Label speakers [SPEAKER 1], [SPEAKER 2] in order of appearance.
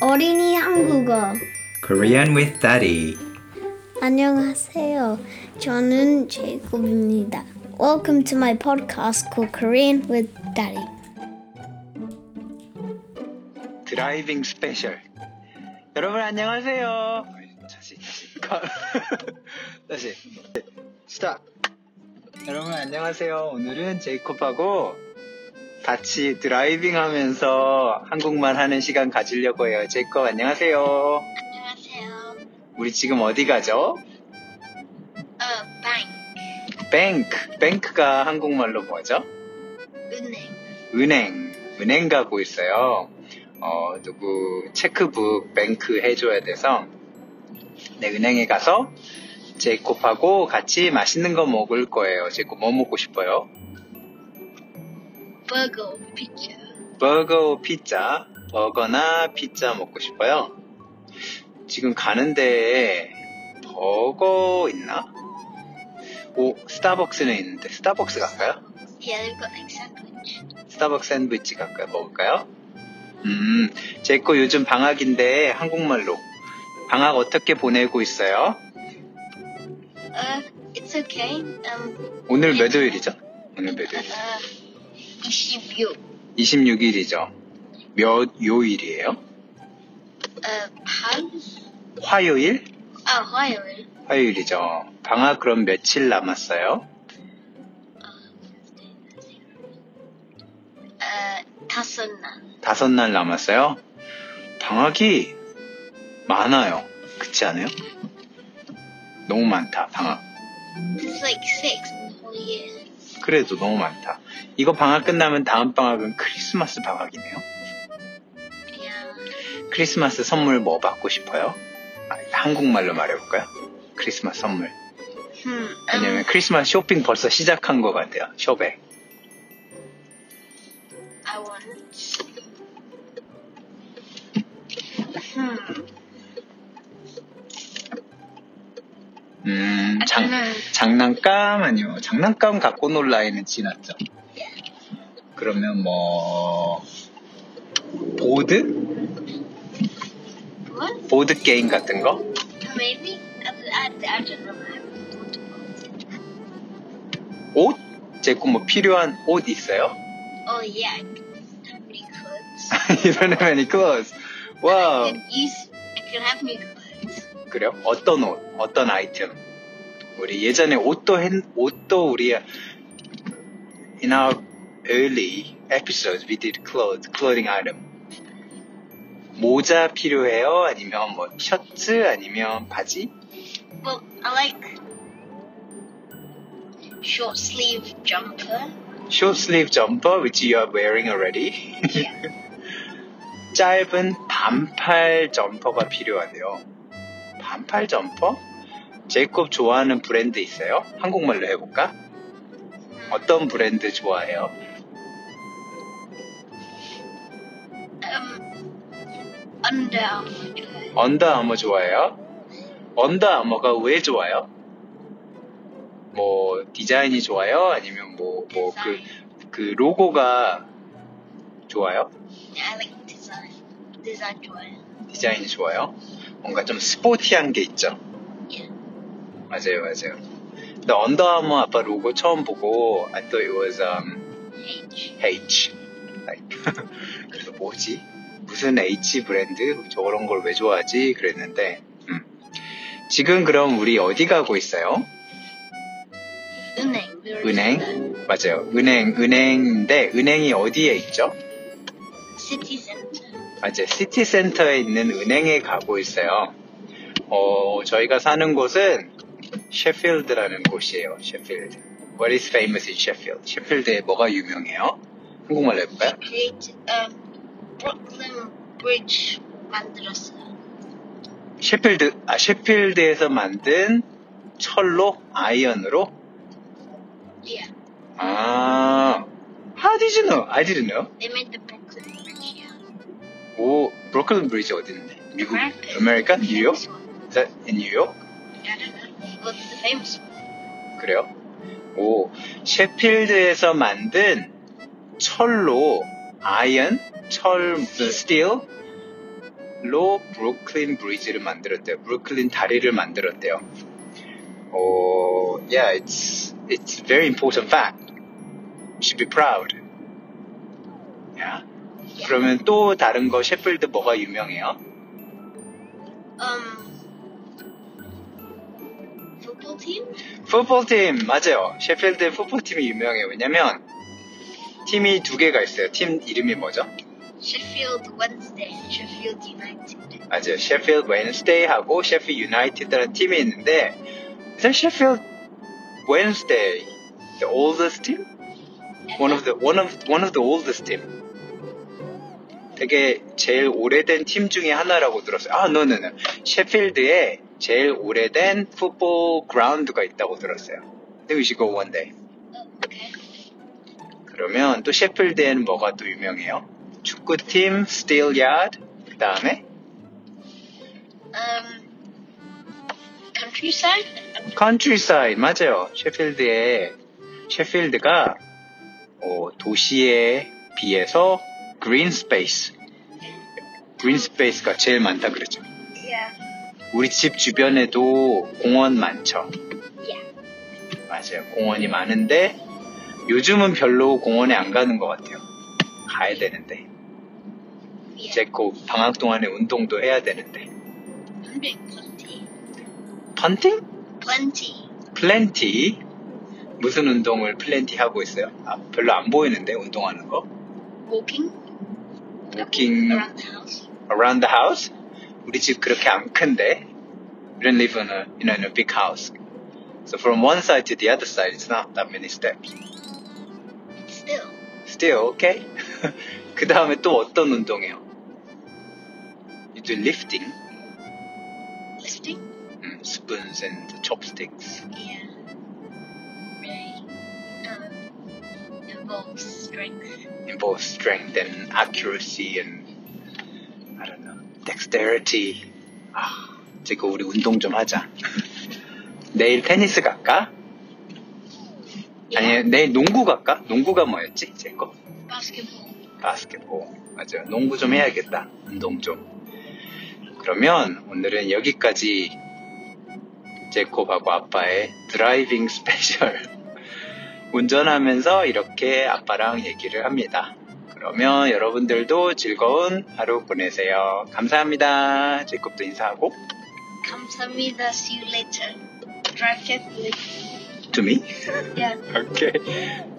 [SPEAKER 1] 어린이 한국어.
[SPEAKER 2] Korean with Daddy.
[SPEAKER 1] 안녕하세요. 저는 제이콥입니다. Welcome to my podcast called Korean with Daddy.
[SPEAKER 2] 드라이빙 스페셜. 여러분 안녕하세요. 다시 다시 가- 다시 스탑. 여러분 안녕하세요. 오늘은 제이콥하고 같이 드라이빙 하면서 한국말 하는 시간 가지려고 해요. 제이콥 안녕하세요.
[SPEAKER 1] 안녕하세요.
[SPEAKER 2] 우리 지금 어디 가죠?
[SPEAKER 1] 어, bank,
[SPEAKER 2] 뱅크. 뱅크가 한국말로 뭐죠?
[SPEAKER 1] 은행.
[SPEAKER 2] 은행, 은행 가고 있어요. 어, 누구 체크북 뱅크 해줘야 돼서 네, 은행에 가서 제이콥하고 같이 맛있는 거 먹을 거예요. 제이콥 뭐 먹고 싶어요?
[SPEAKER 1] 버거, 피자.
[SPEAKER 2] 버거, 피자, 버거나 피자 먹고 싶어요. 지금 가는데 버거 있나? 오, 스타벅스는 있는데 스타벅스 갈까요?
[SPEAKER 1] Yeah, they've got like sandwich.
[SPEAKER 2] 스타벅 샌드위치 갈까요? 먹을까요? 음, 제거 요즘 방학인데 한국말로 방학 어떻게 보내고 있어요?
[SPEAKER 1] Uh, it's okay. Um,
[SPEAKER 2] 오늘 몇 요일이죠? 오늘 몇 요일?
[SPEAKER 1] uh, 26.
[SPEAKER 2] 26일이죠. 몇 요일이에요?
[SPEAKER 1] Uh, 방?
[SPEAKER 2] 화요일?
[SPEAKER 1] 아, 화요일.
[SPEAKER 2] 화요일이죠. 방학 그럼 며칠 남았어요?
[SPEAKER 1] Uh, 다섯 날.
[SPEAKER 2] 다섯 날 남았어요? 방학이 많아요. 그렇지 않아요? 너무 많다, 방학.
[SPEAKER 1] It's like six whole years.
[SPEAKER 2] 그래도 너무 많다. 이거 방학 끝나면 다음 방학은 크리스마스 방학이네요.
[SPEAKER 1] Yeah.
[SPEAKER 2] 크리스마스 선물 뭐 받고 싶어요? 아, 한국말로 말해볼까요? 크리스마스 선물.
[SPEAKER 1] Hmm.
[SPEAKER 2] 왜냐면
[SPEAKER 1] Um,
[SPEAKER 2] 크리스마스 쇼핑 벌써 시작한 것 같아요. 쇼백.
[SPEAKER 1] I want. Hmm.
[SPEAKER 2] 음,
[SPEAKER 1] I don't
[SPEAKER 2] 장,
[SPEAKER 1] know.
[SPEAKER 2] 장난감 아니요. 장난감 갖고 놀 나이는 지났죠. 그러면 뭐, 보드?
[SPEAKER 1] What?
[SPEAKER 2] 보드 게임 같은 거?
[SPEAKER 1] Maybe? I, I, I don't know. I haven't thought about it.
[SPEAKER 2] 옷? 제꿈 뭐 필요한 옷 있어요?
[SPEAKER 1] Oh, yeah. I could have new clothes.
[SPEAKER 2] 이런 애니 클로스.
[SPEAKER 1] I
[SPEAKER 2] 와우.
[SPEAKER 1] could use. I could have new clothes.
[SPEAKER 2] 그래요? 어떤 옷, 어떤 아이템? 우리 예전에 옷도 했- 옷도 우리 in our early episodes we did clothes, clothing item. 모자 필요해요? 아니면 뭐 셔츠? 아니면 바지?
[SPEAKER 1] Well, I like. Short sleeve jumper.
[SPEAKER 2] Short sleeve jumper which you are wearing already. 짧은 반팔 점퍼가 필요하대요. 반팔 점퍼? 제이콥 좋아하는 브랜드 있어요? 한국말로 해볼까? 어떤 브랜드 좋아해요?
[SPEAKER 1] Um. Under Armour dress.
[SPEAKER 2] 언더아머 좋아해요? 언더아머가 왜 좋아요? 뭐 디자인이 좋아요? 아니면 뭐 뭐 그 그
[SPEAKER 1] Design.
[SPEAKER 2] 로고가 좋아요?
[SPEAKER 1] Yeah, I like design. Design 좋아요.
[SPEAKER 2] 디자인이 좋아요? 뭔가 좀 스포티한 게 있죠?
[SPEAKER 1] Yeah.
[SPEAKER 2] 맞아요, 맞아요. 근데 언더아머 아빠 로고 처음 보고 I thought it was um,
[SPEAKER 1] H.
[SPEAKER 2] H. Like, 그래서 뭐지? 무슨 H 브랜드? 저런 걸 왜 좋아하지? 그랬는데 음. 지금 그럼 우리 어디 가고 있어요?
[SPEAKER 1] 은행. We were
[SPEAKER 2] 은행?
[SPEAKER 1] in
[SPEAKER 2] 맞아요. 은행, 은행인데 은행이 어디에 있죠?
[SPEAKER 1] the City center.
[SPEAKER 2] 맞아요. 시티 센터에 있는 은행에 가고 있어요. 어, 저희가 사는 곳은 셰필드라는 곳이에요. 셰필드. What is famous in Sheffield? 셰필드에 뭐가 유명해요? 한국말로 해볼까요?
[SPEAKER 1] Created um Brooklyn Bridge 만들었어요.
[SPEAKER 2] 셰필드, 아, 셰필드에서 만든 철로, 아이언으로?
[SPEAKER 1] Yeah.
[SPEAKER 2] 아, how did you know? I didn't know.
[SPEAKER 1] They made the Brooklyn Bridge. Yeah.
[SPEAKER 2] 오, 브로클린 브리지 어디 있는데? 미국,
[SPEAKER 1] American.
[SPEAKER 2] 아메리칸? 뉴욕?
[SPEAKER 1] Famous one.
[SPEAKER 2] Is that in New York?
[SPEAKER 1] I don't know. But the famous one.
[SPEAKER 2] 그래요? 오, 셰필드에서 만든 철로 아이언, 철, 무슨 스틸, 로 브루클린 브리지를 만들었대요. 브루클린 다리를 만들었대요. 어, yeah, it's it's a very important fact. You should be proud. Yeah. 그러면 또 다른 거 셰필드 뭐가 유명해요?
[SPEAKER 1] Um, football team?
[SPEAKER 2] 풋볼팀 맞아요. 셰필드 풋볼팀이 유명해요. 왜냐면 팀이 두 개가 있어요. 팀 이름이 뭐죠?
[SPEAKER 1] Sheffield Wednesday, Sheffield United.
[SPEAKER 2] 맞아요. 셰필드 웬스데이하고 셰필드 유나이티드라는 팀이 있는데 일단 셰필드 웬스데이 the oldest team? one of the one of one of the oldest team. 되게 제일 오래된 팀 중에 하나라고 들었어요. 아, no, no, no. 셰필드에 제일 오래된 풋볼 그라운드가 있다고 들었어요. 근데 we should go one day.
[SPEAKER 1] Oh, okay.
[SPEAKER 2] 그러면 또 셰필드에는 뭐가 또 유명해요? 축구팀, 스틸야드, 그 다음에
[SPEAKER 1] Um, countryside?
[SPEAKER 2] 컨트리사이드 맞아요. 셰필드에 셰필드가 어, 도시에 비해서 그린 스페이스 그린 스페이스가 제일 많다 그랬죠.
[SPEAKER 1] Yeah.
[SPEAKER 2] 우리 집 주변에도 공원 많죠.
[SPEAKER 1] Yeah.
[SPEAKER 2] 맞아요. 공원이 많은데 요즘은 별로 공원에 안 가는 것 같아요. 가야 되는데 이제
[SPEAKER 1] Yeah.
[SPEAKER 2] 곧 방학 동안에 운동도 해야 되는데
[SPEAKER 1] I'm doing plenty.
[SPEAKER 2] 펀팅?
[SPEAKER 1] Plenty.
[SPEAKER 2] 플랜티 무슨 운동을 플랜티 하고 있어요? 아, 별로 안 보이는데 운동하는 거?
[SPEAKER 1] Walking
[SPEAKER 2] Walking
[SPEAKER 1] around the house.
[SPEAKER 2] around the house? 우리 집 그렇게 안 큰데 we don't live in a, you know, in a big house so from one side to the other side it's not that many steps
[SPEAKER 1] Still.
[SPEAKER 2] still okay? 그 다음에 또 어떤 운동해요? you do lifting
[SPEAKER 1] Lifting?
[SPEAKER 2] 음, spoons and chopsticks
[SPEAKER 1] Yeah. Really. Um, involves strength.
[SPEAKER 2] involves strength and accuracy and I don't know dexterity. 아, 지금 우리 운동 좀 하자. 내일 테니스 갈까?
[SPEAKER 1] 예.
[SPEAKER 2] 아니 내일 농구 갈까? 농구가 뭐였지? 제 거.
[SPEAKER 1] Basketball.
[SPEAKER 2] 바스켓볼 맞아요. 농구 좀 해야겠다. 운동 좀. 그러면 오늘은 여기까지 제콥하고 아빠의 드라이빙 스페셜 운전하면서 이렇게 아빠랑 얘기를 합니다. 그러면 여러분들도 즐거운 하루 보내세요. 감사합니다. 제콥도 인사하고
[SPEAKER 1] 감사합니다. See you later. Drive carefully.
[SPEAKER 2] to me.
[SPEAKER 1] Yeah.
[SPEAKER 2] Okay.